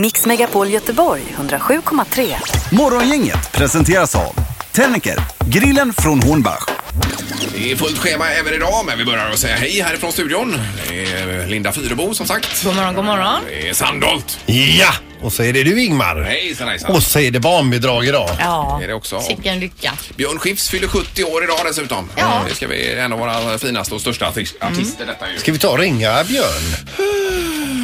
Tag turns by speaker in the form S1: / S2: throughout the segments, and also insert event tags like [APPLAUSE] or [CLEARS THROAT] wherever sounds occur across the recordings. S1: Mix Megapol Göteborg 107,3.
S2: Morgongänget presenteras av Tennicker, grillen från Hornbach.
S3: Det är fullt schema även idag, men vi börjar att säga hej härifrån studion. Det är Linda Fyrebo som sagt.
S4: God morgon, god morgon.
S3: Det är Sandholt.
S5: Ja! Och så är det du Ingmar.
S3: Hejsan hejsan.
S5: Och så är det barnbidrag idag.
S4: Ja,
S3: Är det också?
S4: vilken lycka.
S3: Björn Skifs fyller 70 år idag dessutom.
S4: Ja. Mm.
S3: Det ska bli en av våra finaste och största artis- artister detta ju.
S5: Ska vi ta och ringa Björn?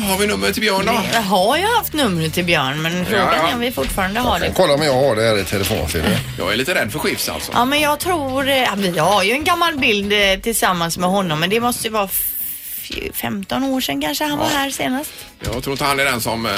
S3: Har vi numret till Björn då?
S4: Jag har ju haft numret till Björn, men frågan
S3: ja.
S4: är om vi fortfarande har det.
S5: Kolla om jag har det här i telefonfilen.
S3: Mm. Jag är lite rädd för Skifs alltså.
S4: Ja, men jag tror... eh, ja, Vi har ju en gammal bild eh, tillsammans med honom, men det måste ju vara f- 15 år sedan kanske han var här senast.
S3: Jag tror inte han är den som... Eh...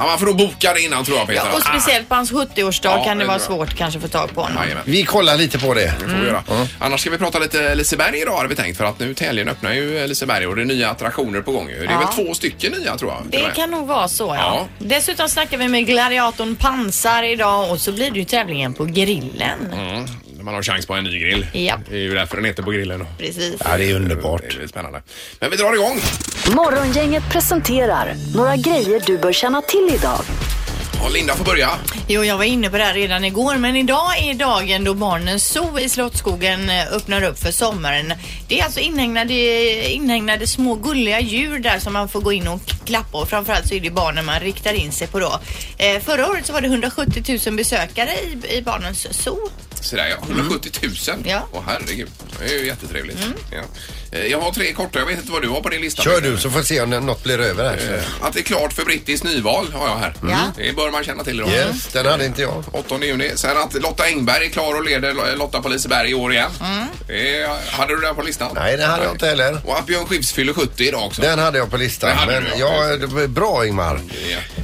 S3: Ja, man får nog boka det innan tror jag Peter.
S4: Ja, och speciellt på hans 70-årsdag
S3: Ja,
S4: kan det
S3: det
S4: vara
S3: tror jag.
S4: svårt kanske att få tag på
S3: Ah,
S4: honom.
S3: jajamän,
S5: Vi kollar lite på det.
S4: Mm.
S3: det får vi göra. Annars ska vi prata lite Liseberg idag hade vi tänkt för att nu till helgen öppnar ju Liseberg och det är nya attraktioner på gång ju. Det är
S4: Ja.
S3: väl två stycken nya tror jag. till och
S4: Det
S3: med.
S4: kan nog vara så, ja.
S3: Ja.
S4: Dessutom snackar vi med gladiatorn Pansar idag och så blir det ju tävlingen på grillen.
S3: Mm, man har chans på en ny grill.
S4: Japp.
S3: Det är ju därför den heter På grillen.
S4: Precis.
S5: Ja, det är
S3: Det
S5: underbart.
S3: är spännande. Men vi drar igång.
S1: Morgongänget presenterar några grejer du bör känna till idag.
S3: Ja, Linda får börja.
S4: Jo, jag var inne på det här redan igår, men idag är dagen då Barnens zoo i Slottsskogen eh, öppnar upp för sommaren. Det är alltså inhägnade, inhägnade små gulliga djur där som man får gå in och klappa och framförallt så är det barnen man riktar in sig på då. Eh, förra året så var det 170 000 besökare i, i Barnens zoo.
S3: Sådär ja, 170 000.
S4: Mm. Ja. Mm.
S3: Åh herregud, det är ju jättetrevligt. Ja. Eh, Jag har tre korta, jag vet inte vad du har på din lista.
S5: Kör du så får vi se om det- något blir över här.
S3: Eh, Att det är klart för brittiskt nyval har jag här. Det bör man känna till idag.
S5: Yes, den hade inte jag.
S3: 8 juni. Sen att Lotta Engberg är klar och leder Lotta på Liseberg i år igen. Eh, hade du den på listan?
S5: Nej, den hade jag inte heller.
S3: Och att Björn Skifs fyller 70 idag också.
S5: Den hade jag på listan.
S3: Den hade
S5: Men
S3: du, ja.
S5: ja, det var bra Ingmar.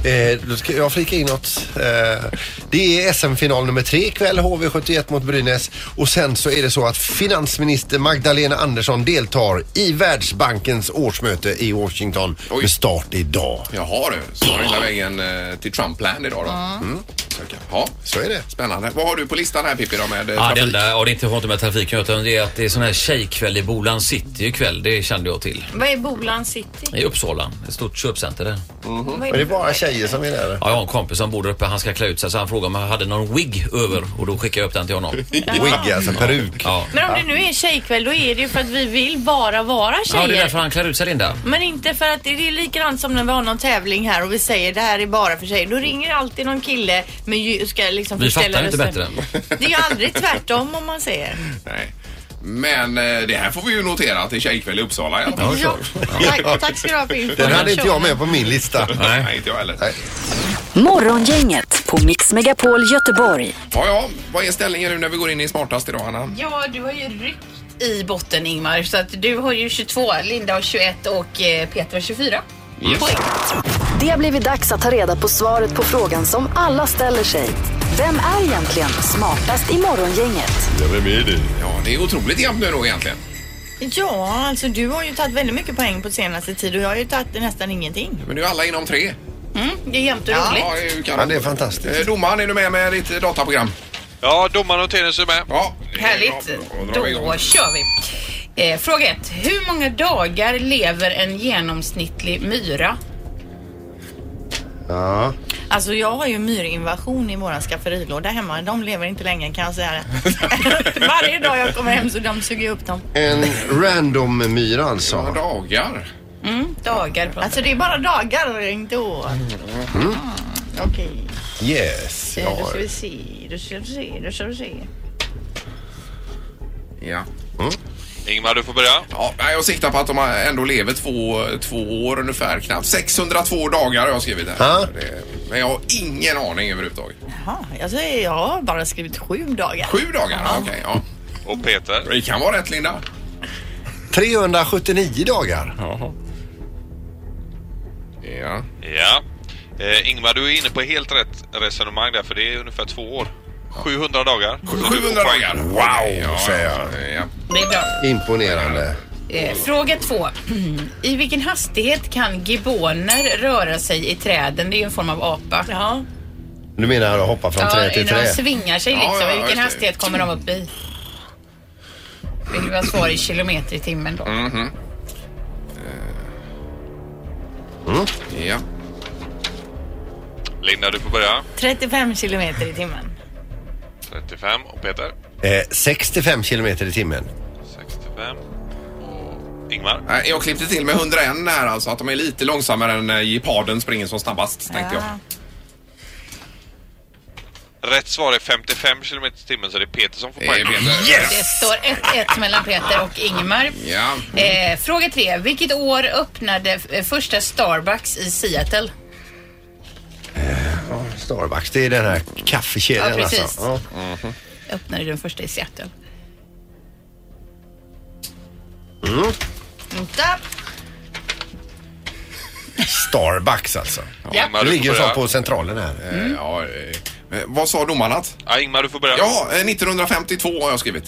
S5: Eh, då ska jag flika in något. Eh, det är SM-final nummer tre ikväll, HV71 mot Brynäs. Och sen så är det så att finansminister Magdalena Andersson deltar i Världsbankens årsmöte i Washington
S3: Oj.
S5: med start idag.
S3: Jaha du, så var det hela vägen eh, till Trumpland idag då. Mm. Okej. Ja,
S5: Så är det.
S3: spännande. Vad har du på listan här Pippi då med eh,
S6: Ja, Ah, det
S3: trafik?
S6: enda, ja, det är inte har inte med trafiken utan det är att det är sån här tjejkväll i Bolan City ikväll. Det kände jag till.
S4: Vad är Bolan City?
S6: I Uppsala. Ett stort köpcenter där.
S4: Vad är
S5: Men det är bara tjejer som är där.
S6: Ja, jag har en kompis som bor där uppe. Han ska klä ut sig så han frågade om jag hade någon wig över och då skickade jag upp den till honom.
S5: [LAUGHS] Wig, alltså peruk.
S6: Ja,
S4: Men om det nu är tjejkväll då är det ju för att vi vill bara vara tjejer.
S6: ja det är därför han klär ut sig Linda.
S4: Men inte för att det är likadant som när vi har någon tävling här och vi säger det här är bara för sig. Då ringer alltid någon kille med ju- ska liksom
S6: Vi
S4: förställa
S6: fattar inte
S4: rösten. Det är ju aldrig tvärtom om man säger.
S3: Nej. [LAUGHS] Men eh, det här får vi ju notera att det är tjejkväll i Uppsala. i alla fall.
S4: Ja, tack, tack ska du ha för
S5: Den
S4: informationen.
S5: hade inte jag med på min lista.
S3: Nej. inte jag heller.
S5: Nej.
S1: Morgongänget på Mix Megapol Göteborg.
S3: Ja, ja. Vad är ställningen nu när vi går in i smartast idag, Anna?
S4: Ja, du har ju ryckt i botten Ingmar så att du har ju 22, Linda har 21 och eh, Petra 24. Poäng.
S1: Det har blivit dags att ta reda på svaret på frågan som alla ställer sig. Vem är egentligen smartast i morgongänget?
S3: Ja, det är otroligt jämnt nu då egentligen.
S4: Ja, alltså du har ju tagit väldigt mycket poäng på senaste tid och jag har ju tagit nästan ingenting.
S3: Men nu är alla inom tre.
S4: Mm, Det är jämnt och roligt.
S3: Ja, det är ju
S5: Ja,
S3: kanon.
S5: det är fantastiskt.
S3: Eh, Domaren, är du med med ditt eh, dataprogram?
S7: Ja, domaren noteras är med.
S3: Ja. det är
S8: Härligt.
S3: bra. Då drar vi igång.
S8: Då kör vi. Eh, fråga ett. Hur många dagar lever en genomsnittlig myra?
S5: Ja.
S4: Alltså jag har ju myrinvasion i våran skafferilåda hemma. De lever inte länge kan jag säga
S3: [LAUGHS]
S4: det. Varje dag jag kommer hem så de suger upp dem.
S5: En random myra
S3: Några
S5: alltså.
S3: dagar. Mm,
S8: Dagar pratar
S4: Alltså det är bara dagar, inte år. Mm. Okej,
S5: Yes.
S4: ja, då
S5: Ja.
S4: ska vi se, då ska vi se, då ska vi se.
S3: Ja.
S5: Mm.
S7: Ingmar, du får börja.
S3: Ja, nej, jag siktar på att de ändå lever två, två år ungefär knappt. 602 dagar har jag skrivit här.
S5: Ja.
S3: Det, men jag har ingen aning överhuvudtaget.
S4: Jaha, alltså, jag har bara skrivit sju dagar.
S3: Sju dagar? Ja. Okej, ja.
S7: Och Peter.
S3: Det kan vara rätt Linda.
S5: 379 dagar.
S3: Ja.
S7: Ja. Eh, Ingmar, du är inne på helt rätt resonemang där, för det är ungefär två år. 700 dagar.
S3: 700 dagar. Wow,
S5: säger
S3: Ja.
S8: Det är bra.
S5: Imponerande.
S8: Eh, fråga två. [CLEARS THROAT] I vilken hastighet kan giboner röra sig i träden? Det är ju en form av apa.
S4: Ja,
S5: Du menar att hoppa från trä till
S8: när de
S5: trä?
S8: svingar sig
S3: Ja,
S8: liksom.
S3: ja,
S8: I
S3: just
S8: vilken
S3: det.
S8: hastighet kommer de upp i? Vill du ha svar i kilometer i timmen då?
S7: Mm-hmm.
S3: Eh. ja. ja.
S7: Mm. Linda, du får börja.
S4: 35 kilometer i timmen.
S7: 35 och Peter.
S5: Eh, 65 kilometer i timmen.
S7: 65 och Ingmar.
S3: Nej, Jag klippte till med 101 här alltså, att de är lite långsammare än eh, geparden springer som snabbast, tänkte jag.
S7: Rätt svar är 55 km i timmen så det är Peter som får
S3: Eh,
S7: poäng.
S3: Peter.
S8: Det står 1-1 mellan Peter och Ingmar.
S3: Ja.
S8: Eh, fråga tre. Vilket år öppnade eh, första Starbucks i Seattle?
S5: Starbucks, det är den här kaffekedjan
S8: Ja, precis.
S5: alltså. Ja.
S8: Öppnade den första i Seattle.
S5: Mm.
S4: Vänta.
S5: Starbucks alltså.
S8: Ja.
S7: Ingmar,
S5: det
S7: du får
S5: ligger ju så
S7: börja.
S5: på centralen här. Mm.
S3: Eh, ja eh, men vad sa domarna? att-
S7: Ja, Ingmar, du får börja.
S3: Ja, eh, 1952 har jag skrivit.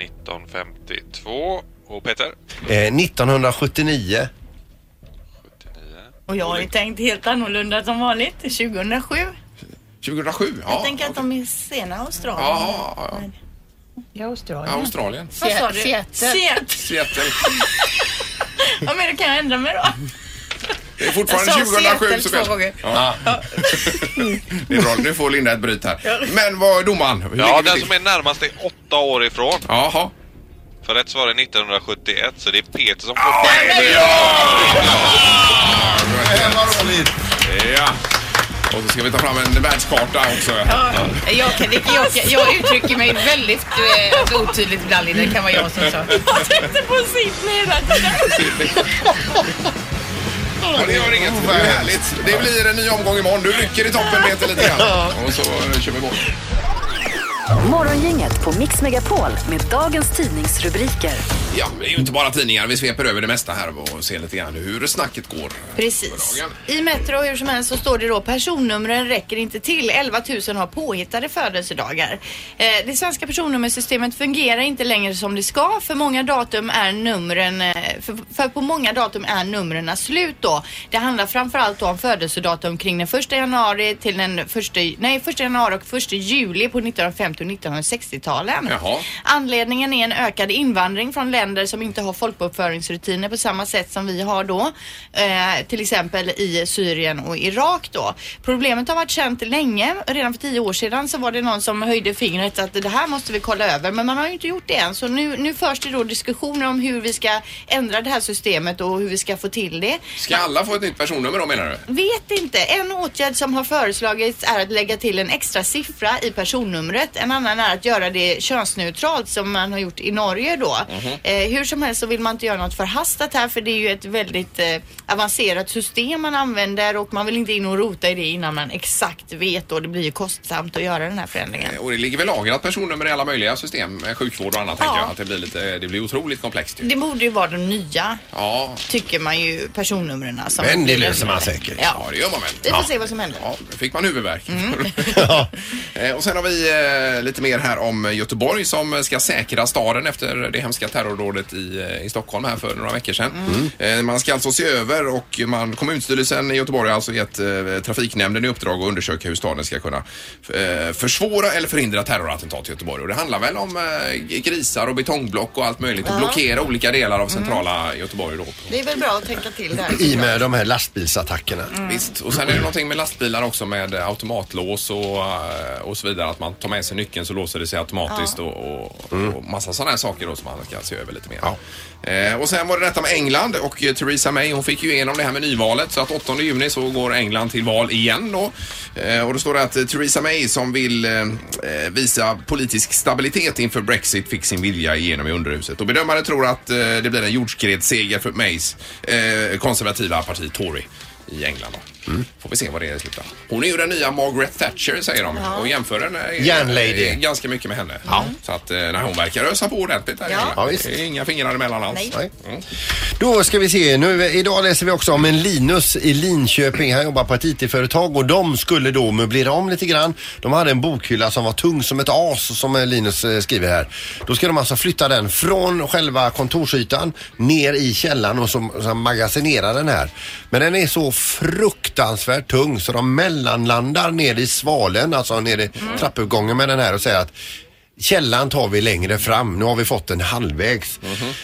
S7: 1952 och Peter.
S5: Eh, 1979.
S7: 79.
S4: Och jag har ju tänkt helt annorlunda som vanligt. 2007.
S3: 2007? Ja,
S4: jag tänker att
S3: okej.
S4: de är sena Australien.
S3: ja, ja, ja.
S4: Ja, Australien.
S3: Australien.
S4: Vad sa du?
S8: Seattle.
S4: Seattle.
S3: Seattle.
S4: Ja, men då kan jag ändra mig då.
S3: Det är fortfarande
S4: Jag sa
S3: 2007
S4: Seattle
S3: så
S4: två
S3: väl.
S4: gånger.
S3: Ja. [LAUGHS] Det är bra, nu får Linda ett bryt här. Men vad är domaren? Hur
S7: Ja,
S3: ligger vi
S7: den
S3: till?
S7: som är närmast är åtta år ifrån.
S3: Jaha.
S7: För rätt svar är 1971 så det är Peter som
S3: Ah,
S7: får poäng.
S3: Ja. Och så ska vi ta fram en världskarta också.
S8: Ja, Jag, kan, det, jag, kan- jag uttrycker mig väldigt eh, alltså, otydligt ibland. Linda. Det kan vara jag som sa.
S4: Jag tänkte på Sydney hela tiden.
S3: Ja, det gör inget. Det är härligt. Det blir en ny omgång imorgon. Du rycker i toppen Peter lite grann. Och så eh, kör vi igång.
S1: Morgongänget på Mix Megapol med dagens tidningsrubriker.
S3: Ja, det är ju inte bara tidningar. Vi sveper över det mesta här och ser lite grann hur snacket går.
S4: Precis. I Metro hur som helst så står det då personnumren räcker inte till. 11 000 har påhittade födelsedagar. Eh, det svenska personnummersystemet fungerar inte längre som det ska. För många datum är numren, eh, för, för på många datum är numren slut då. Det handlar framförallt om födelsedatum kring den 1 januari till den 1, nej, 1 januari och 1 juli på 1950 och 1960-talen.
S3: Jaha.
S4: Anledningen är en ökad invandring från länder som inte har folkbokföringsrutiner på samma sätt som vi har då. Eh, till exempel i Syrien och Irak då. Problemet har varit känt länge. Redan för tio år sedan så var det någon som höjde fingret att det här måste vi kolla över. Men man har ju inte gjort det än. Så nu, nu förs det då diskussioner om hur vi ska ändra det här systemet och hur vi ska få till det.
S3: Ska alla få ett nytt personnummer då menar du?
S4: Vet inte. En åtgärd som har föreslagits är att lägga till en extra siffra i personnumret. En annan är att göra det könsneutralt som man har gjort i Norge då.
S3: Mhm.
S4: eh, hur som helst så vill man inte göra något förhastat här för det är ju ett väldigt eh, avancerat system man använder och man vill inte in och rota i det innan man exakt vet och det blir ju kostsamt att göra den här förändringen.
S3: Och det ligger väl lagrat personnummer i alla möjliga system, eh, sjukvård och annat
S4: Ja.
S3: tänker jag. Att det blir lite, det blir otroligt komplext ju.
S4: Det borde ju vara de nya,
S3: Ja,
S4: tycker man ju, personnumren. som-
S5: Men det löser man säkert.
S3: ja, det gör man väl.
S4: Vi får se vad som händer.
S3: Ja, då fick man huvudvärk. [LAUGHS] Eh, och sen har vi eh, lite mer här om Göteborg som ska säkra staden efter det hemska terrordådet i, eh, i Stockholm här för några veckor sedan. Eh, man ska alltså se över och man, kommunstyrelsen i Göteborg har alltså gett eh, trafiknämnden i uppdrag att undersöka hur staden ska kunna eh, försvåra eller förhindra terrorattentat i Göteborg. Och det handlar väl om eh, grisar och betongblock och allt möjligt och blockera olika delar av centrala Göteborg då.
S4: Det är väl bra att tänka till där.
S5: I med de här lastbilsattackerna.
S3: Visst, och sen är det någonting med lastbilar också med automatlås och, eh, och så vidare. Att man tar med sig nyckeln så låser det sig automatiskt och, och, och massa sådana här saker då som man ska se över lite mer. Eh, och sen var det detta med England och eh, Theresa May hon fick ju igenom det här med nyvalet så att 8 juni så går England till val igen då. Eh, och då står det att eh, Theresa May som vill eh, eh, visa politisk stabilitet inför Brexit fick sin vilja igenom i underhuset. Och bedömare tror att eh, det blir en jordskredsseger för Mays eh, konservativa parti Tory i England. Då. Får vi se vad det är i slutändan. Hon är ju den nya Margaret Thatcher säger de och jämför henne eh,
S5: Järnlady.
S3: eh, ganska mycket med henne. Så att eh, när hon verkar ösa på ordentligt. där i England.
S5: Ja, visst.
S3: Det är Inga fingrar emellan alls. Mm.
S5: Nej. Då ska vi se. Nu, idag läser vi också om en Linus i Linköping. Han jobbar på ett IT-företag och de skulle då möblera om lite grann. De hade en bokhylla som var tung som ett as som eh, Linus eh, skriver här. Då ska de alltså flytta den från själva kontorsytan ner i källaren och så, så magasinera den här. Men den är så fruktansvärt tung så de mellanlandar nere i svalen, alltså nere i trappuppgången med den här och säger att Källan tar vi längre fram. Nu har vi fått den halvvägs.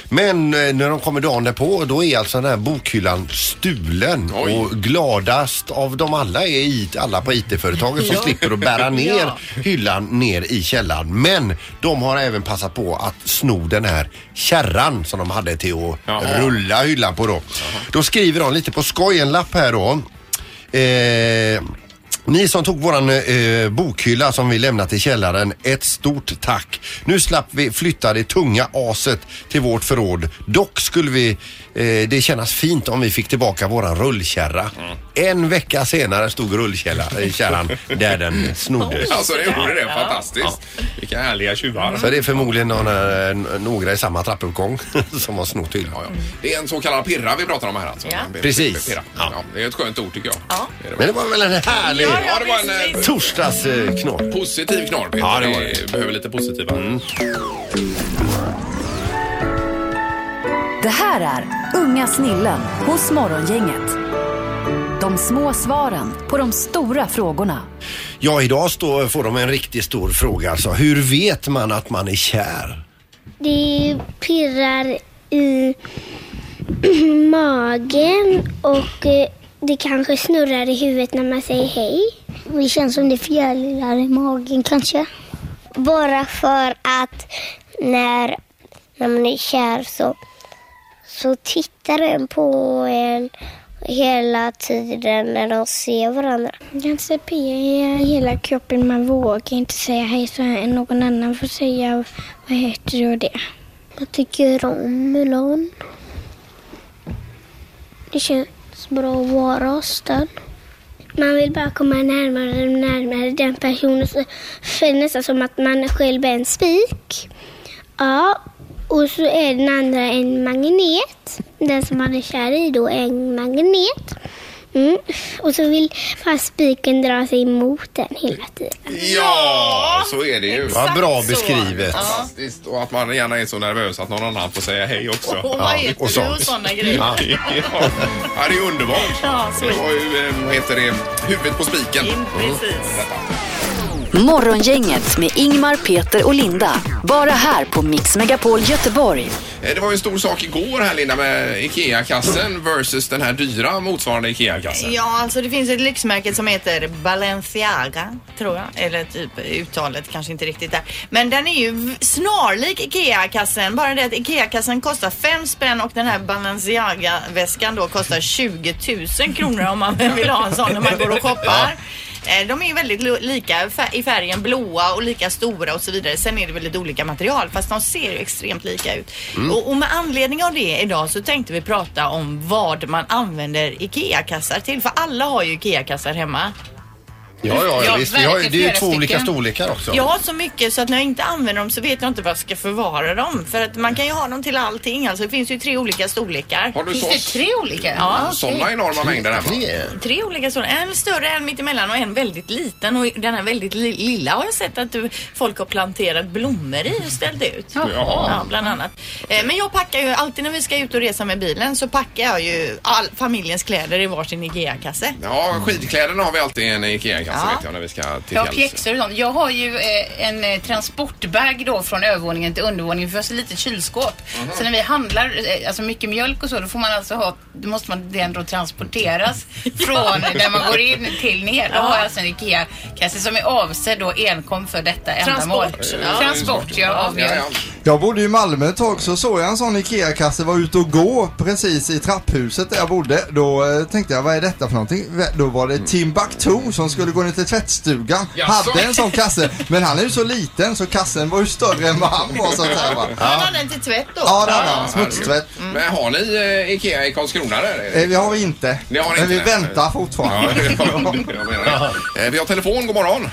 S5: Men eh, när de kommer dagen därpå, då är alltså den här bokhyllan stulen.
S3: Oj.
S5: Och gladast av dem alla är IT, alla på IT-företaget som slipper
S3: [LAUGHS]
S5: att bära ner
S4: Ja.
S5: hyllan ner i källaren. Men de har även passat på att sno den här kärran som de hade till att
S3: Jaha.
S5: rulla hyllan på då. Då skriver de lite på skoj en lapp här då. Eh, ni som tog våran eh, bokhylla som vi lämnat i källaren, ett stort tack. Nu slapp vi flytta det tunga aset till vårt förråd. Dock skulle vi, eh, det kännas fint om vi fick tillbaka våran rullkärra.
S3: Mm.
S5: En vecka senare stod rullkärran
S3: [LAUGHS]
S5: där den snoddes.
S3: Alltså det gjorde det. Fantastiskt. Vilka härliga tjuvar.
S5: Så det är förmodligen några, eh, några i samma trappuppgång [LAUGHS] som har snott hyllan.
S3: Ja, ja. Det är en så kallad pirra vi pratar om här alltså.
S8: Ja.
S5: Precis.
S3: Pirra.
S5: Ja.
S3: Ja, det är ett skönt ord tycker jag.
S8: Ja.
S3: Det är det
S5: Men
S3: väl.
S5: det var väl en härlig
S3: Ja, det var en eh,
S5: torsdagsknorr.
S3: positiv knorr Peter.
S5: Ja, det var det. Mm.
S3: Vi behöver lite positiva.
S1: Det här är Unga snillen hos Morgongänget. De små svaren på de stora frågorna.
S5: Ja, idag står, får de en riktigt stor fråga alltså. Hur vet man att man är kär?
S9: Det pirrar i [CLEARS THROAT] magen och eh, det kanske snurrar i huvudet när man säger hej. Det känns som det fjärilar i magen kanske. Bara för att när, när man är kär så, så tittar den på en hela tiden när de ser varandra. Kanske pirrar i hela kroppen. Man vågar inte säga hej så någon annan får säga vad heter du och det. Jag tycker om Mulan. Det känns bra att vara hos den. Man vill bara komma närmare och närmare den personen. Så känns det nästan som att man själv är en spik. Ja, och så är den andra en magnet. Den som man är kär i då är en magnet. Mm. Och så vill bara spiken dra sig emot den hela tiden.
S3: Ja, så är det ju.
S5: Vad bra
S4: så.
S5: beskrivet.
S3: Fantastiskt. Och att man gärna är så nervös att någon annan får säga hej också.
S4: Och vad heter
S5: och
S4: du
S5: sånt.
S4: och sådana grejer.
S3: Ja, Ja, det är underbart.
S4: Ja,
S3: det var ju, eh, vad heter det, huvudet på spiken.
S4: Mm,
S3: Mm.
S4: Precis.
S1: Morgongänget med Ingmar, Peter och Linda. Bara här på Mix Megapol Göteborg.
S3: Eh, Det var ju en stor sak igår här Linda med IKEA-kassen versus den här dyra motsvarande IKEA-kassen.
S4: Ja, alltså det finns ett lyxmärke som heter Balenciaga, tror jag. Eller typ uttalet kanske inte riktigt där. Men den är ju v- snarlik IKEA-kassen. Bara det att IKEA-kassen kostar 5 spänn och den här Balenciaga-väskan då kostar 20 000 kronor om man vill ha en sån när man går och shoppar. Eh, De är ju väldigt lo- lika i fär- i färgen blåa och lika stora och så vidare. Sen är det väl lite olika material fast de ser ju extremt lika ut. Och, och med anledning av det idag så tänkte vi prata om vad man använder IKEA-kassar till. För alla har ju IKEA-kassar hemma.
S5: Ja, ja,
S8: Ja,
S5: visst. Vi har, ju- det är ju
S8: verkligen
S5: två
S8: flera
S5: olika
S8: stycken.
S5: storlekar också.
S4: Jag har så mycket så att när jag inte använder dem så vet jag inte vad jag ska förvara dem. För att man kan ju ha dem till allting. Alltså det finns ju tre olika storlekar.
S3: Har du
S8: Finns det
S3: så,
S8: tre olika?
S4: Ja,
S3: sådana enorma mängder hemma?
S5: Det är-
S4: Tre olika sådana. En större, en mittemellan och en väldigt liten. Och den här väldigt li- lilla har jag sett att du, folk har planterat blommor i och ställt ut. Ja. bland annat. Eh, Men jag packar ju alltid när vi ska ut och resa med bilen så packar jag ju all familjens kläder i varsin IKEA-kasse.
S3: Ja, skidkläderna har vi alltid i en IKEA-kasse vet jag när vi ska till
S8: Jag har
S3: fjälls.
S8: pjäxor och sånt. Jag har ju eh, en eh, transportbag då från övervåningen till undervåningen för jag har så litet kylskåp. Så när vi handlar eh, alltså mycket mjölk och så, då får man alltså ha, då måste man den då transporteras från där man går in till ner. Då har jag alltså en IKEA-kasse som är avsedd då enkom för detta ändamål.
S4: Transport,
S8: Ja. Transport, ja, av
S3: Ja,
S8: mjölk.
S3: ja.
S10: Jag bodde i Malmö ett tag så såg jag en sån IKEA-kasse var ute och gå precis i trapphuset där jag bodde. Då eh, tänkte jag, vad är detta för någonting? Vä- Då var det
S3: Mm.
S10: Timbuktu som skulle gå ner till tvättstugan.
S3: Jaså?
S10: Hade en sån kasse. Men han är ju så liten så kassen var ju större än vad han var så att säga. Va?
S4: Han hade den till tvätt då.
S10: Ja, det hade han. Smutstvätt.
S3: mm. Men har ni eh, IKEA i Karlskrona där?
S10: Eh, Vi har vi inte.
S3: Ni har
S10: Men vi
S3: inte det?
S10: väntar
S3: Ja,
S10: fortfarande.
S3: jag
S5: [LAUGHS]
S3: menar det. Eh, Vi har telefon, god morgon.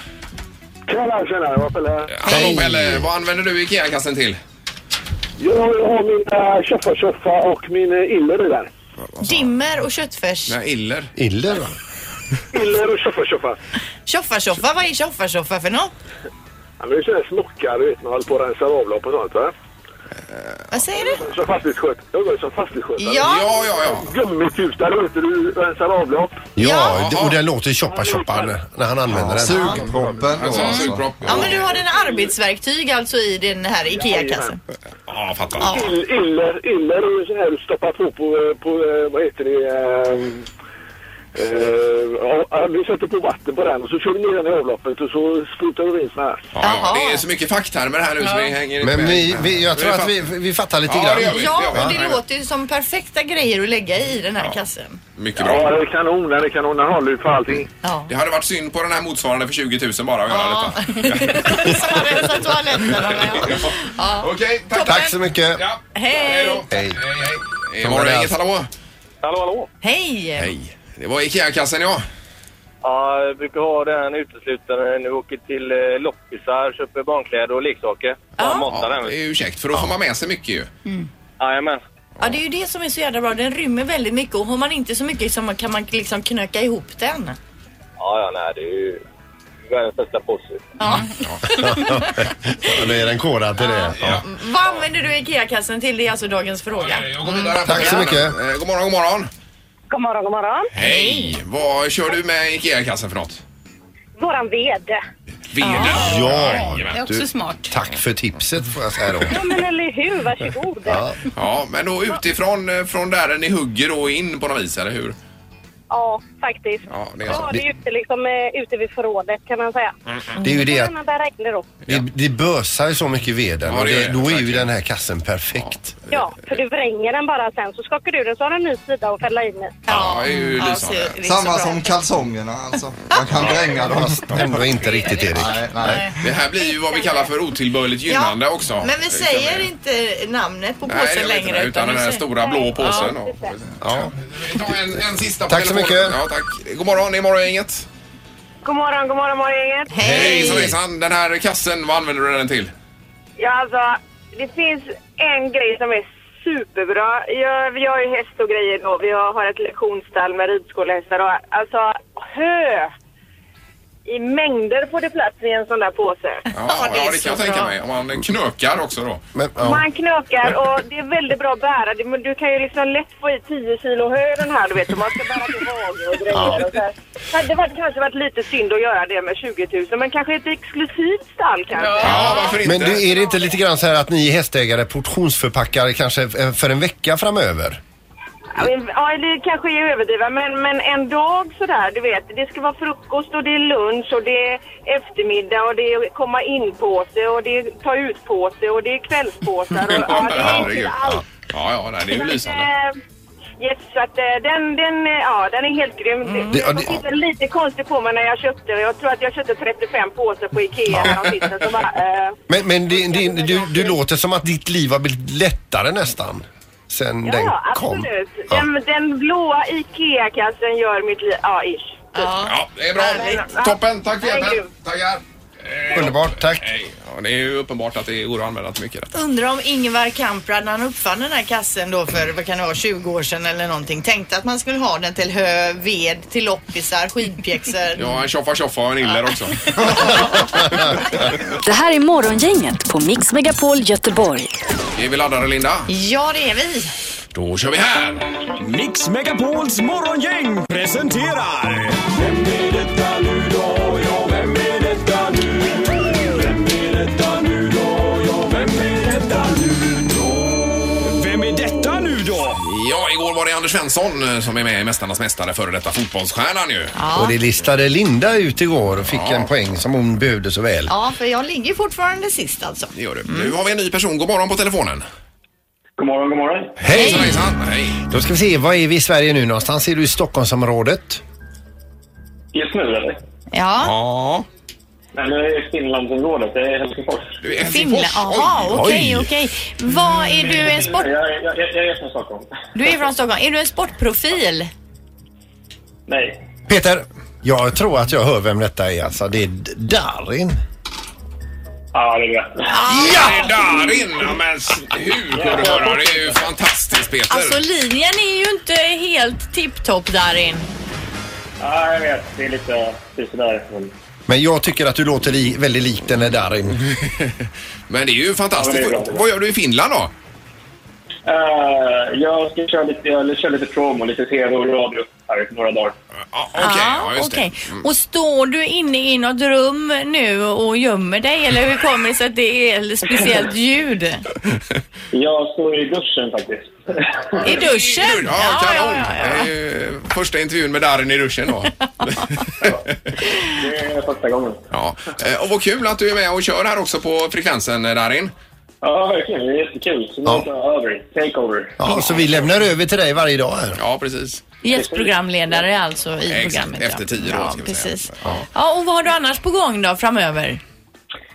S11: Tjena, tjena, det var Pelle här.
S3: Hallå Pelle, vad använder du IKEA-kassen till?
S11: Jag har mina tjoffa tjoffa och min eh, iller i den.
S5: alltså.
S4: Dimmer och köttfärs.
S3: Nej, iller.
S5: Iller va?
S11: Iller och tjoffa tjoffa.
S4: Tjoffa-tjoffa, vad är tjoffa-tjoffa för något?
S11: Ja, men det känns smockar, du vet, man håller på och rensar avlopp och sånt va.
S4: Vad säger du?
S11: Som fastighetssköt. Jag går som fastighetsskötare.
S4: Ja.
S3: Ja, ja,
S11: ja. Gummikutar runt när du rensar avlopp.
S5: Ja, och den låter tjoppa tjoppa när- när han använder den.
S10: Sugproppen.
S3: En sån sugpropp.
S4: Ja, men du har dina arbetsverktyg alltså i den här IKEA-kassen?
S3: Ja, fattar.
S4: Ja.
S11: Ill, iller, iller är ju så här du stoppar på på, eh, på eh, vad heter det, ehm, eh, ja, du sätter på vatten på den och så kör du ner den i avloppet och så sprutar du in sån här.
S3: Ja, ja, det är så mycket facktermer här nu så vi hänger inte
S5: Men
S3: med.
S5: vi, vi, jag tror att vi, vi fattar lite
S3: Ja, det gör
S5: grann.
S3: vi.
S4: Ja, och
S3: Ja.
S4: det låter ju som perfekta grejer att lägga i den här kassen.
S3: Mycket
S11: Ja,
S3: bra.
S11: det är kanon, det är kanon. Den håller ju för allting.
S4: Ja.
S3: Det hade varit synd på den här motsvarande för 20 000 bara att göra detta.
S4: Som har rensat toaletterna med.
S3: [LAUGHS] Ja. Okej, tack.
S4: Toppen.
S5: Tack så mycket.
S3: Ja.
S4: Hej.
S3: då.
S5: Hej.
S3: Hej, hej. Imorgon, inget hallå.
S11: Hallå, hallå.
S4: Hej!
S3: Hej. Det var IKEA-kassen ja.
S11: Ja, jag brukar ha den uteslutande när vi åker till eh, loppisar, köper barnkläder och leksaker.
S3: ja. Det är ju käckt för då får man med sig mycket ju.
S11: Jajamän.
S4: Mm. Ja, det är ju det som är så jävla bra. Den rymmer väldigt mycket och har man inte så mycket så kan man liksom knöka ihop den.
S11: Ja, ja, nej, det är ju världens bästa
S5: [LAUGHS]
S11: påse.
S3: Mm.
S5: Ja, Nu är den kodad till det. Ja.
S4: Vad använder du IKEA-kassen till? Det är alltså dagens fråga.
S3: Jag går vidare.
S5: Tack så mycket.
S3: Eh, God morgon, god morgon.
S12: God morgon, god morgon.
S3: Hej. Vad kör du med IKEA-kassen för något?
S12: Våran ved.
S3: Veden.
S5: Ja,
S8: Det är också smart.
S5: tack för tipset får jag säga då.
S12: Ja, men eller hur? Varsågod.
S5: Ja.
S3: Ja, men då utifrån eh, från där ni hugger och in på något vis, eller hur?
S12: Ja, faktiskt.
S3: Ja, det är alltså-
S12: Jag
S3: så.
S12: har det ute, liksom, eh, ute vid förrådet kan man säga.
S5: Det är ju det att
S12: Kan man bära in det då?
S5: det, det bösar ju så mycket i veden
S3: Ja,
S5: och
S3: det gör
S5: det,
S3: det.
S5: då är ju
S3: Verkligen.
S5: den här kassen perfekt.
S12: Ja, för du vränger den bara sen så skakar du den så har den en ny sida att fälla in i.
S3: Ja, det är ju
S4: så-
S3: lysande.
S4: det är så
S10: Samma
S4: bra.
S10: som kalsongerna alltså. Man kan vränga dem.
S5: Fast ändå inte riktigt Erik.
S10: Nej, nej.
S3: Det här blir ju vad vi kallar för otillbörligt gynnande också.
S4: Men vi säger inte namnet på
S3: Nej, det
S4: påsen
S3: gör vi inte,
S4: längre.
S3: utan den
S4: vi
S3: här
S4: säger-
S3: stora blå påsen.
S12: Ja,
S3: Ja.
S12: precis.
S5: Ja.
S3: Vi tar en, en sista på
S5: Tack så
S3: telefonen.
S5: mycket.
S3: Ja, tack. God morgon, det är morgongänget.
S12: God morgon, god morgon, morgongänget.
S3: Hej!
S4: Hej!
S3: Hejsan, den här kassen, vad använder du den till?
S12: Ja, alltså, det finns en grej som är superbra. Jag, vi har ju häst och grejer då. Vi har, har ett lektionsstall med ridskolehästar och alltså hö i mängder får det plats i en sån där påse.
S4: Ja, det är
S3: ja, det
S4: så
S3: kan jag tänka
S4: bra.
S3: mig. Om man knökar också då.
S5: Men, ja.
S12: Man knökar och det är väldigt bra att bära. Det- men Du kan ju liksom lätt få i 10 kilo hö i den här, du vet. Och man ska bära till mage och grejer. Och så här. Det hade varit- kanske varit lite synd att göra det med 20 000, men kanske ett exklusivt stall kanske.
S3: Ja, varför inte?
S5: Men du, är det inte lite grann så här att ni hästägare portionsförpackar kanske eh, för en vecka framöver?
S12: Ja, men- Ja, det kanske är överdrivet, men, men en dag sådär, du vet. Det ska vara frukost och det är lunch och det är eftermiddag och det är komma in på sig och det är ta ut på sig och det är kvällspåsar
S3: [LAUGHS]
S12: och ja, det är
S3: Herregud.
S12: inte
S3: Ja,
S12: allt.
S3: ja, ja, nej, det är ju
S12: Men,
S3: lysande.
S12: eh, Yes, så att eh, den, den, eh, ja, den är helt grym.
S5: Det-
S3: Mm.
S12: Det,
S5: ja,
S12: jag
S5: det-
S12: tittade lite konstigt på mig när jag köpte den. Jag tror att jag köpte 35 påsar på Ikea när de fick den. Så bara, eh,
S5: Men, men det, det, du, du låter som att ditt liv har blivit lättare nästan. Sen den
S12: ja,
S5: kom.
S12: absolut.
S5: Ja.
S12: Den, den blåa Ikea-kassen gör mitt liv, ja, ish. typ.
S4: Ja.
S3: Ja, det är bra.
S12: Härligt.
S3: Toppen, tack för hjälpen.
S12: Herregud.
S3: Tackar. Eh,
S5: Underbart, tack.
S3: Hej. Ja, det är ju uppenbart att det går att använda till mycket. Detta.
S4: Undrar om Ingvar Kamprad när han uppfann den här kassen då för, vad kan det vara, 20 år sedan eller någonting, tänkte att man skulle ha den till hö, ved, till loppisar, skidpjäxor.
S3: Ja, en tjoffa tjoffa och en iller också.
S1: Det här är Morgongänget på Mix Megapol Göteborg.
S3: [LAUGHS] Är vi laddade, Linda?
S4: Ja, det är vi.
S3: Då kör vi här!
S13: Mix Megapols morgongäng presenterar... Vem är detta nu då? Ja, vem är detta nu? Vem är detta nu då? Ja, vem är detta nu då? Vem är detta nu då?
S3: Ja, igår var det Anders Svensson eh, som är med i Mästarnas Mästare, före detta fotbollsstjärnan ju.
S5: Och det listade Linda ut igår och fick
S3: Ja.
S5: en poäng som hon behövde så väl.
S4: Ja, för jag ligger fortfarande sist alltså.
S3: Det gör du. Nu har vi en ny person. God morgon på telefonen.
S11: God morgon, god morgon.
S3: Hejsan, hejsan. Hej.
S5: Då ska vi se, var är vi i Sverige nu någonstans? Är du i Stockholmsområdet?
S11: Just nu eller?
S4: Ja,
S3: Ja.
S11: Nej, nu är det Finlandsområdet. Det är Helsingfors.
S3: Du är
S4: Finland.
S3: Helsingfors.
S4: Jaha,
S3: Oj.
S4: okej, okej. Vad är du en sport...
S11: Jag, jag, jag, jag är från Stockholm.
S4: Du är från Stockholm. Är du en sportprofil?
S11: Nej.
S5: Peter, jag tror att jag hör vem detta är alltså. Det är D- Darin.
S11: Ja, det är rätt.
S3: Ja! Det är Darin! Ja, men s- hur kunde du höra? Det är ju fantastiskt, Peter.
S4: Alltså linjen är ju inte helt tipptopp Darin.
S14: Ja, jag vet. Det är lite sådär. Men...
S5: Men jag tycker att du låter li väldigt lik den där Darin.
S3: Men det är ju [LAUGHS] fantastiskt.
S14: Ja, men det är bra.
S3: Vad gör du i Finland då?
S14: Eh, jag ska köra lite, jag kör lite promo, lite tv och radio här i några dagar.
S4: ja, Mm. okej. Och står du inne i något rum nu och gömmer dig eller hur kommer det sig att det är ett speciellt ljud?
S14: Jag står i duschen faktiskt.
S4: I duschen?
S3: Ja, kanon. Det är ju första intervjun med Darin i duschen då.
S14: Det är första gången.
S3: Ja. Eh, Och vad kul att du är med och kör här också på frekvensen eh, Darin.
S14: Ja, verkligen. Det är jättekul. Så nu
S5: Ja.
S14: tar jag över. Takeover.
S5: Ja, så vi lämnar över till dig varje dag här.
S3: Ja, precis.
S4: Gästprogramledare alltså i programmet. ja. ja, precis. Ja, och vad har du annars på gång då framöver?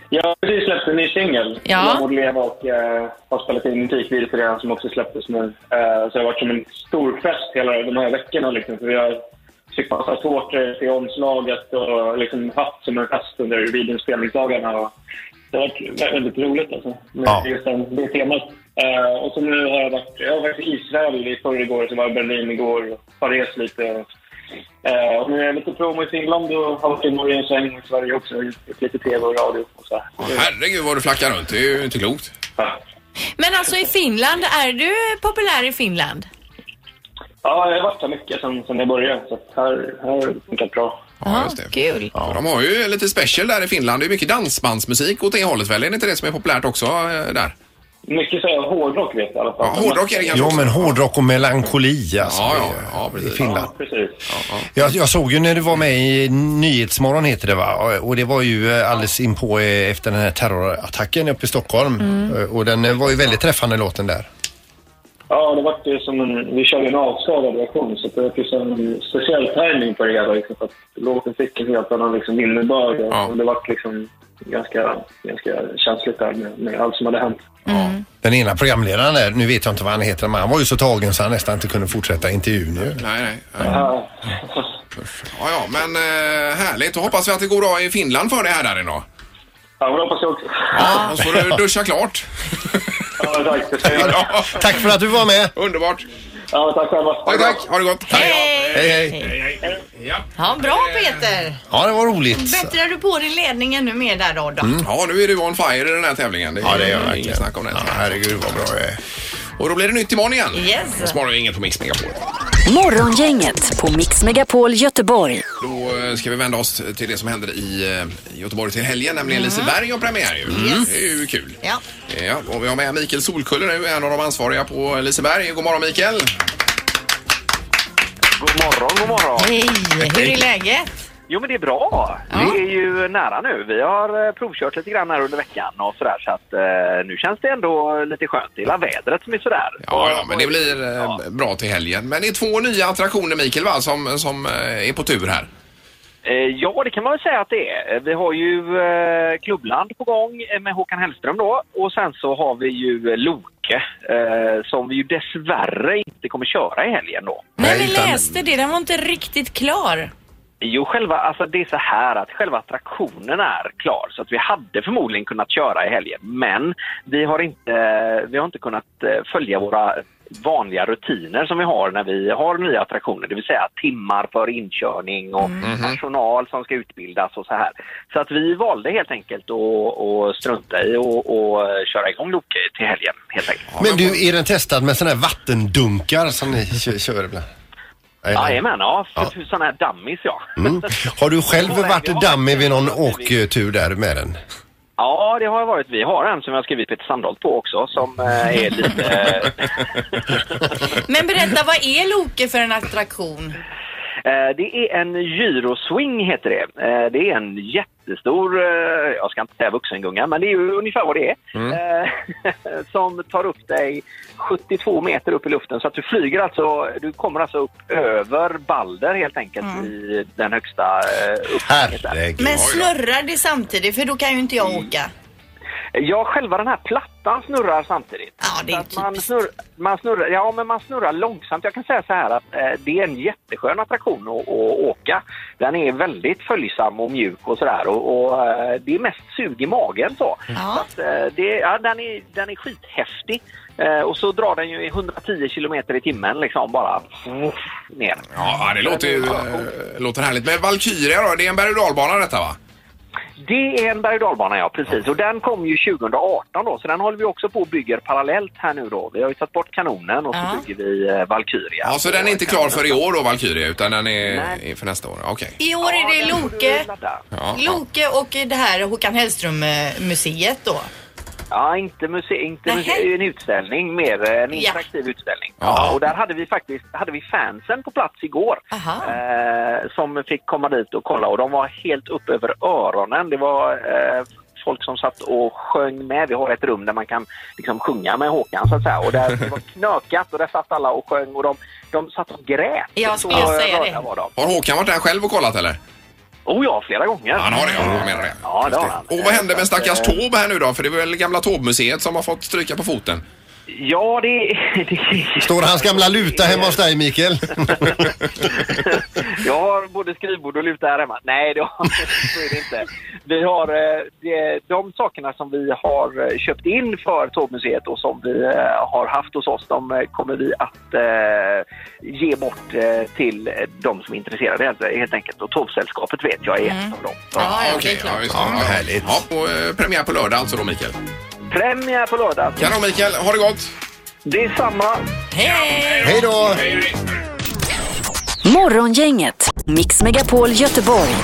S14: Jag har precis släppt en ny singel.
S4: Ja.
S14: Jag borde leva och eh, har spelat in musikvideo till den som också släpptes nu. Eh, så det har varit som en stor fest hela de här veckorna. Liksom. För vi har sympassat hårt eh, till omslaget och liksom haft som en fest under videoinspelningsdagarna. Och det har varit vä- väldigt roligt alltså. Med
S5: Ja.
S14: just den, det temat. Eh, och så nu har jag varit, jag har varit i Israel i förrgår, så var jag i Berlin igår och har rest lite. Eh, och nu är jag lite promo i Finland och har varit i Norge en sväng och i Sverige också. och Gjort lite tv och radio och så. här.
S3: Herregud vad du flackar runt. Det är ju inte klokt.
S4: Men alltså i Finland, är du populär i Finland?
S14: Ja, jag har varit här mycket sen, sen jag började, så att här, här har det funkat bra.
S4: Ja, kul.
S3: Ja. De har ju lite special där i Finland. Det är mycket dansbandsmusik åt det hållet väl? Är det inte det som är populärt också eh, där?
S14: Mycket så här hårdrock vet jag i alla fall.
S3: Ja, hårdrock är det kanske
S5: Ja,
S3: också.
S5: men hårdrock och melankoli alltså.
S3: Ja,
S5: det
S3: ja,
S5: är-
S3: ja, precis.
S5: I Finland.
S14: Ja, precis.
S5: Jag, jag såg ju när du var med i Nyhetsmorgon heter det va? Och- Och det var ju eh, alldeles inpå eh, efter den här terrorattacken uppe i Stockholm.
S14: Mm.
S5: Eh, Och den eh, var ju väldigt träffande låten där.
S14: Ja, det var ju som en, vi körde en avskalad version, så det var ju som en speciell timing på det hela. Liksom, för att låten fick en helt annan liksom, innebörd och, och det var liksom ganska, ganska känsligt där med, med allt som hade hänt.
S5: Den ena programledaren där, nu vet jag inte vad han heter, men han var ju så tagen så han nästan inte kunde fortsätta intervjun ju.
S3: Nej, nej. nej. Ja, ja, men eh, härligt. Då hoppas vi att det går bra i Finland för dig här Darin då.
S14: Ja, men det hoppas jag också.
S3: Ja, och så får du duscha klart.
S14: Ja, tack.
S5: Tack för att du var med.
S3: Underbart.
S14: Ja, tack själva.
S3: Tack, tack. Ha det gott.
S4: Hej,
S5: hej.
S4: Ja, bra Peter!
S5: Ja, det var roligt.
S4: Bättrar du på din ledning ännu mer där då? då?
S3: Ja, nu är du on fire i den här tävlingen. Det är
S5: Ja, det är jag
S3: inget
S5: verkligen.
S3: snack om det.
S5: herregud vad bra jag är.
S3: Och då blir det nytt imorgon igen.
S4: Yes.
S3: Då sparar vi inget på Mix Megapol.
S1: Morgongänget på Mix Megapol Göteborg.
S3: Då eh, ska vi vända oss till det som händer i eh, Göteborg till helgen, nämligen Liseberg har premiär ju.
S4: Mm. Yes.
S3: Det är ju kul.
S4: Ja.
S3: Ja, och vi har med Mikael Solkulle nu, en av de ansvariga på Liseberg. God morgon Mikael!
S15: God morgon, god morgon.
S4: Hej, hur är läget?
S15: Jo, men det är bra. Det är ju nära nu. Vi har eh, provkört lite grann här under veckan och sådär, så att eh, nu känns det ändå lite skönt. Det är hela vädret som är sådär.
S3: Ja, ja, men det blir eh, bra till helgen. Men det är två nya attraktioner Mikael va, som, som eh, är på tur här.
S15: Eh, Ja, det kan man väl säga att det är. Eh, Vi har ju eh, Klubbland på gång eh, med Håkan Hellström då och sen så har vi ju eh, Loke eh, som vi ju dessvärre inte kommer köra i helgen då.
S4: Nej, vi läste det. Den var inte riktigt klar.
S15: Jo, själva, alltså det är så här att själva attraktionen är klar så att vi hade förmodligen kunnat köra i helgen men vi har inte, vi har inte kunnat eh, följa våra vanliga rutiner som vi har när vi har nya attraktioner, det vill säga timmar för inkörning och personal som ska utbildas och så här. Så att vi valde helt enkelt att, att strunta i och, och köra igång Loke till helgen helt enkelt.
S5: Men du, är den testad med sådana här vattendunkar som ni kö- kör ibland?
S15: Jajamän, ja. För tusan här dammis ja.
S5: Mm. Har du själv varit dammig vid någon åktur där med den?
S15: Ja, det har jag varit. Vi har en som jag har skrivit Peter Sandholt på också som eh, är lite...
S4: Men berätta, vad är Loke för en attraktion?
S15: Eh, det är en gyroswing heter det. Eh, det är en jättestor, eh, jag ska inte säga vuxengunga, men det är ju ungefär vad det är. [LAUGHS] Eh, som tar upp dig 72 meter upp i luften så att du flyger alltså, du kommer alltså upp över Balder helt enkelt i den högsta eh, uppgången där.
S4: Mm. Men snurrar det samtidigt? För då kan ju inte jag åka.
S15: Ja, själva den här plattan snurrar samtidigt. Ja, det är man, snurr, man, snurrar, ja, men man snurrar långsamt. Jag kan säga så här att eh, det är en jätteskön attraktion att, att åka. Den är väldigt följsam och mjuk och sådär och, och eh, det är mest sug i magen så. så att, eh, det, ja, den, är, den är skithäftig. Eh, och så drar den ju i 110 kilometer i timmen liksom bara mm, ner.
S3: Ja, det låter ju eh, låter härligt. Men Valkyria då, det är en berg och dalbana detta va?
S15: Det är en berg och dalbana, ja precis. Och den kom ju 2018 då, så den håller vi också på och bygger parallellt här nu då. Vi har ju tagit bort kanonen och så bygger vi eh, Valkyria.
S3: Ja, så den är inte klar för i år då, Valkyria, utan den är är för nästa år? Okej.
S4: I år är det Loke,
S3: Ja, ja.
S4: Loke och det här Håkan Hellström-museet då.
S15: Ja, inte muse, inte muse, en utställning, mer eh, en interaktiv utställning.
S4: Ja.
S15: Ja, och där hade vi faktiskt hade vi fansen på plats igår eh, som fick komma dit och kolla och de var helt upp över öronen. Det var eh, folk som satt och sjöng med. Vi har ett rum där man kan liksom sjunga med Håkan så att säga och där det var knökat och där satt alla och sjöng och de, de satt och grät.
S4: Jag skulle säga
S15: rörda
S4: det.
S15: Var de.
S3: Har Håkan varit där själv och kollat eller?
S15: Oh ja, flera gånger.
S3: Han har det, ja, jag menar det.
S15: Ja, det har han.
S3: Och vad hände med stackars
S15: Eh,
S3: Taube här nu då? För det är väl gamla Taube-museet som har fått stryka på foten?
S15: Ja, det, det
S5: Står hans gamla luta hemma hos dig, Mikael?
S15: [LAUGHS] Jag har både skrivbord och luta här hemma. Nej, det har, [LAUGHS] så är det inte. Vi har eh, de, de sakerna som vi har eh, köpt in för Tågmuseet och som vi eh, har haft hos oss, de eh, kommer vi att eh, ge bort eh, till eh, de som är intresserade helt- helt enkelt. Och Tågsällskapet vet jag är ett av dem.
S3: Mm. Ja, okej. Ja, just det. Ja, härligt. Ja, och, eh, premiär på lördag alltså då, Mikael.
S15: Premiär på lördag.
S3: Kanon, Mikael. Ha det gott!
S15: Detsamma.
S4: Hej!
S5: Hej då!
S1: Morgongänget, Mix Megapol Göteborg.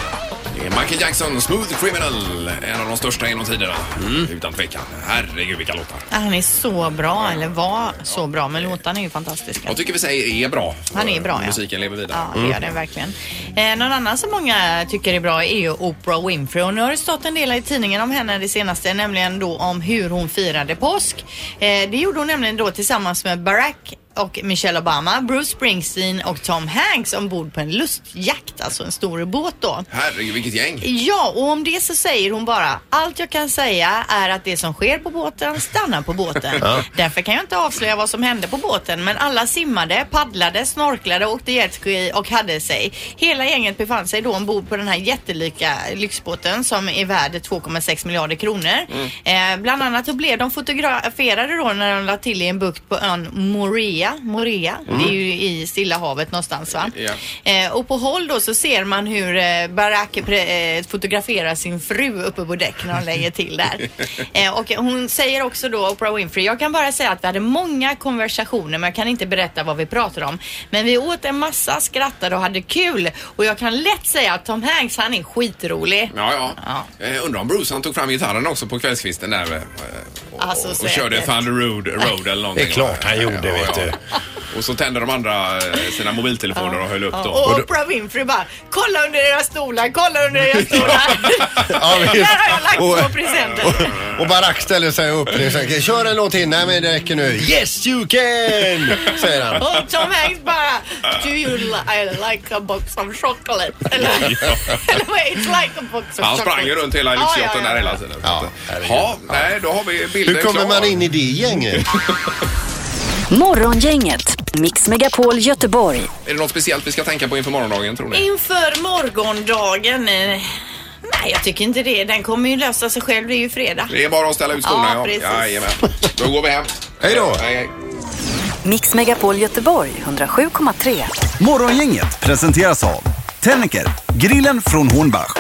S3: Det är Michael Jackson, Smooth Criminal. En av de största genom tiderna.
S5: Mm.
S3: Utan tvekan. Herregud vilka låtar.
S4: Han är så bra, eller var så bra, men låtarna är ju fantastiska.
S3: Jag tycker vi säger är bra.
S4: Han är E bra, ja.
S3: Musiken lever vidare. Mm.
S4: Ja, det gör den verkligen. Eh, någon annan som många tycker är bra är ju Oprah Winfrey. Och nu har det stått en del i tidningen om henne det senaste, nämligen då om hur hon firade påsk. Eh, det gjorde hon nämligen då tillsammans med Barack och Michelle Obama, Bruce Springsteen och Tom Hanks ombord på en lustjakt, alltså en stor båt då.
S3: Herregud vilket gäng.
S4: Ja, och om det så säger hon bara allt jag kan säga är att det som sker på båten stannar på båten.
S3: Ja.
S4: Därför kan jag inte avslöja vad som hände på båten men alla simmade, paddlade, snorklade, åkte jetski och hade sig. Hela gänget befann sig då ombord på den här jättelika lyxbåten som är värd 2,6 miljarder kronor.
S16: Mm.
S4: Eh, bland annat så blev de fotograferade då när de la till i en bukt på ön Morea. Morea,
S16: Mm.
S4: det är ju i Stilla havet någonstans va?
S16: Ja.
S4: Eh, och på håll då så ser man hur eh, Barack pre- eh, fotograferar sin fru uppe på däck när han lägger till där. Eh, och hon säger också då, Oprah Winfrey, jag kan bara säga att vi hade många konversationer men jag kan inte berätta vad vi pratade om. Men vi åt en massa, skrattade och hade kul och jag kan lätt säga att Tom Hanks han är skitrolig.
S3: Ja, ja. Eh, undrar om Bruce han tog fram gitarren också på kvällskvisten där eh, och,
S4: Alltså,
S3: och, och
S4: säkert.
S3: körde Thunder Road, Road eller någonting.
S5: Det är klart han gjorde, vet
S3: du. Och så tände de andra eh, sina mobiltelefoner och höll upp
S4: Ja,
S3: dem.
S4: och Oprah Winfrey bara, kolla under era stolar, kolla under era stolar. Där
S5: Ja, visst.
S4: har jag lagt två
S5: Och-
S4: presenter.
S5: Och Barack ställer sig upp och säger kör en låt till. Nej men det räcker nu. Yes you can! Säger han.
S4: Och Tom Hanks bara Do you li- I like a box of chocolate? Eller, eller vad är det? It's like a box of
S3: Han
S4: chocolate.
S3: sprang ju runt hela
S4: Ja,
S3: lyxyachten
S4: ja, ja.
S3: där hela tiden. Ja, ja, nej, då har vi bilden
S5: Hur kommer
S3: klar.
S5: man in i det gänget?
S1: Morgongänget, Mix Megapol Göteborg.
S3: Är det något speciellt vi ska tänka på inför morgondagen tror ni?
S4: Inför morgondagen. eh, Nej, jag tycker inte det. Den kommer ju lösa sig själv. Det är ju fredag.
S3: Det är bara att ställa ut skorna.
S4: Ja, precis.
S3: Jajamän. Då går vi hem. Hej då. hej.
S1: Mix Megapol Göteborg 107,3.
S2: Morgongänget presenteras av Tennicker, grillen från Hornbach.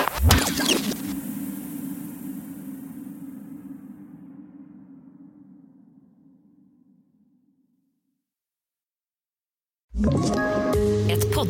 S17: Ett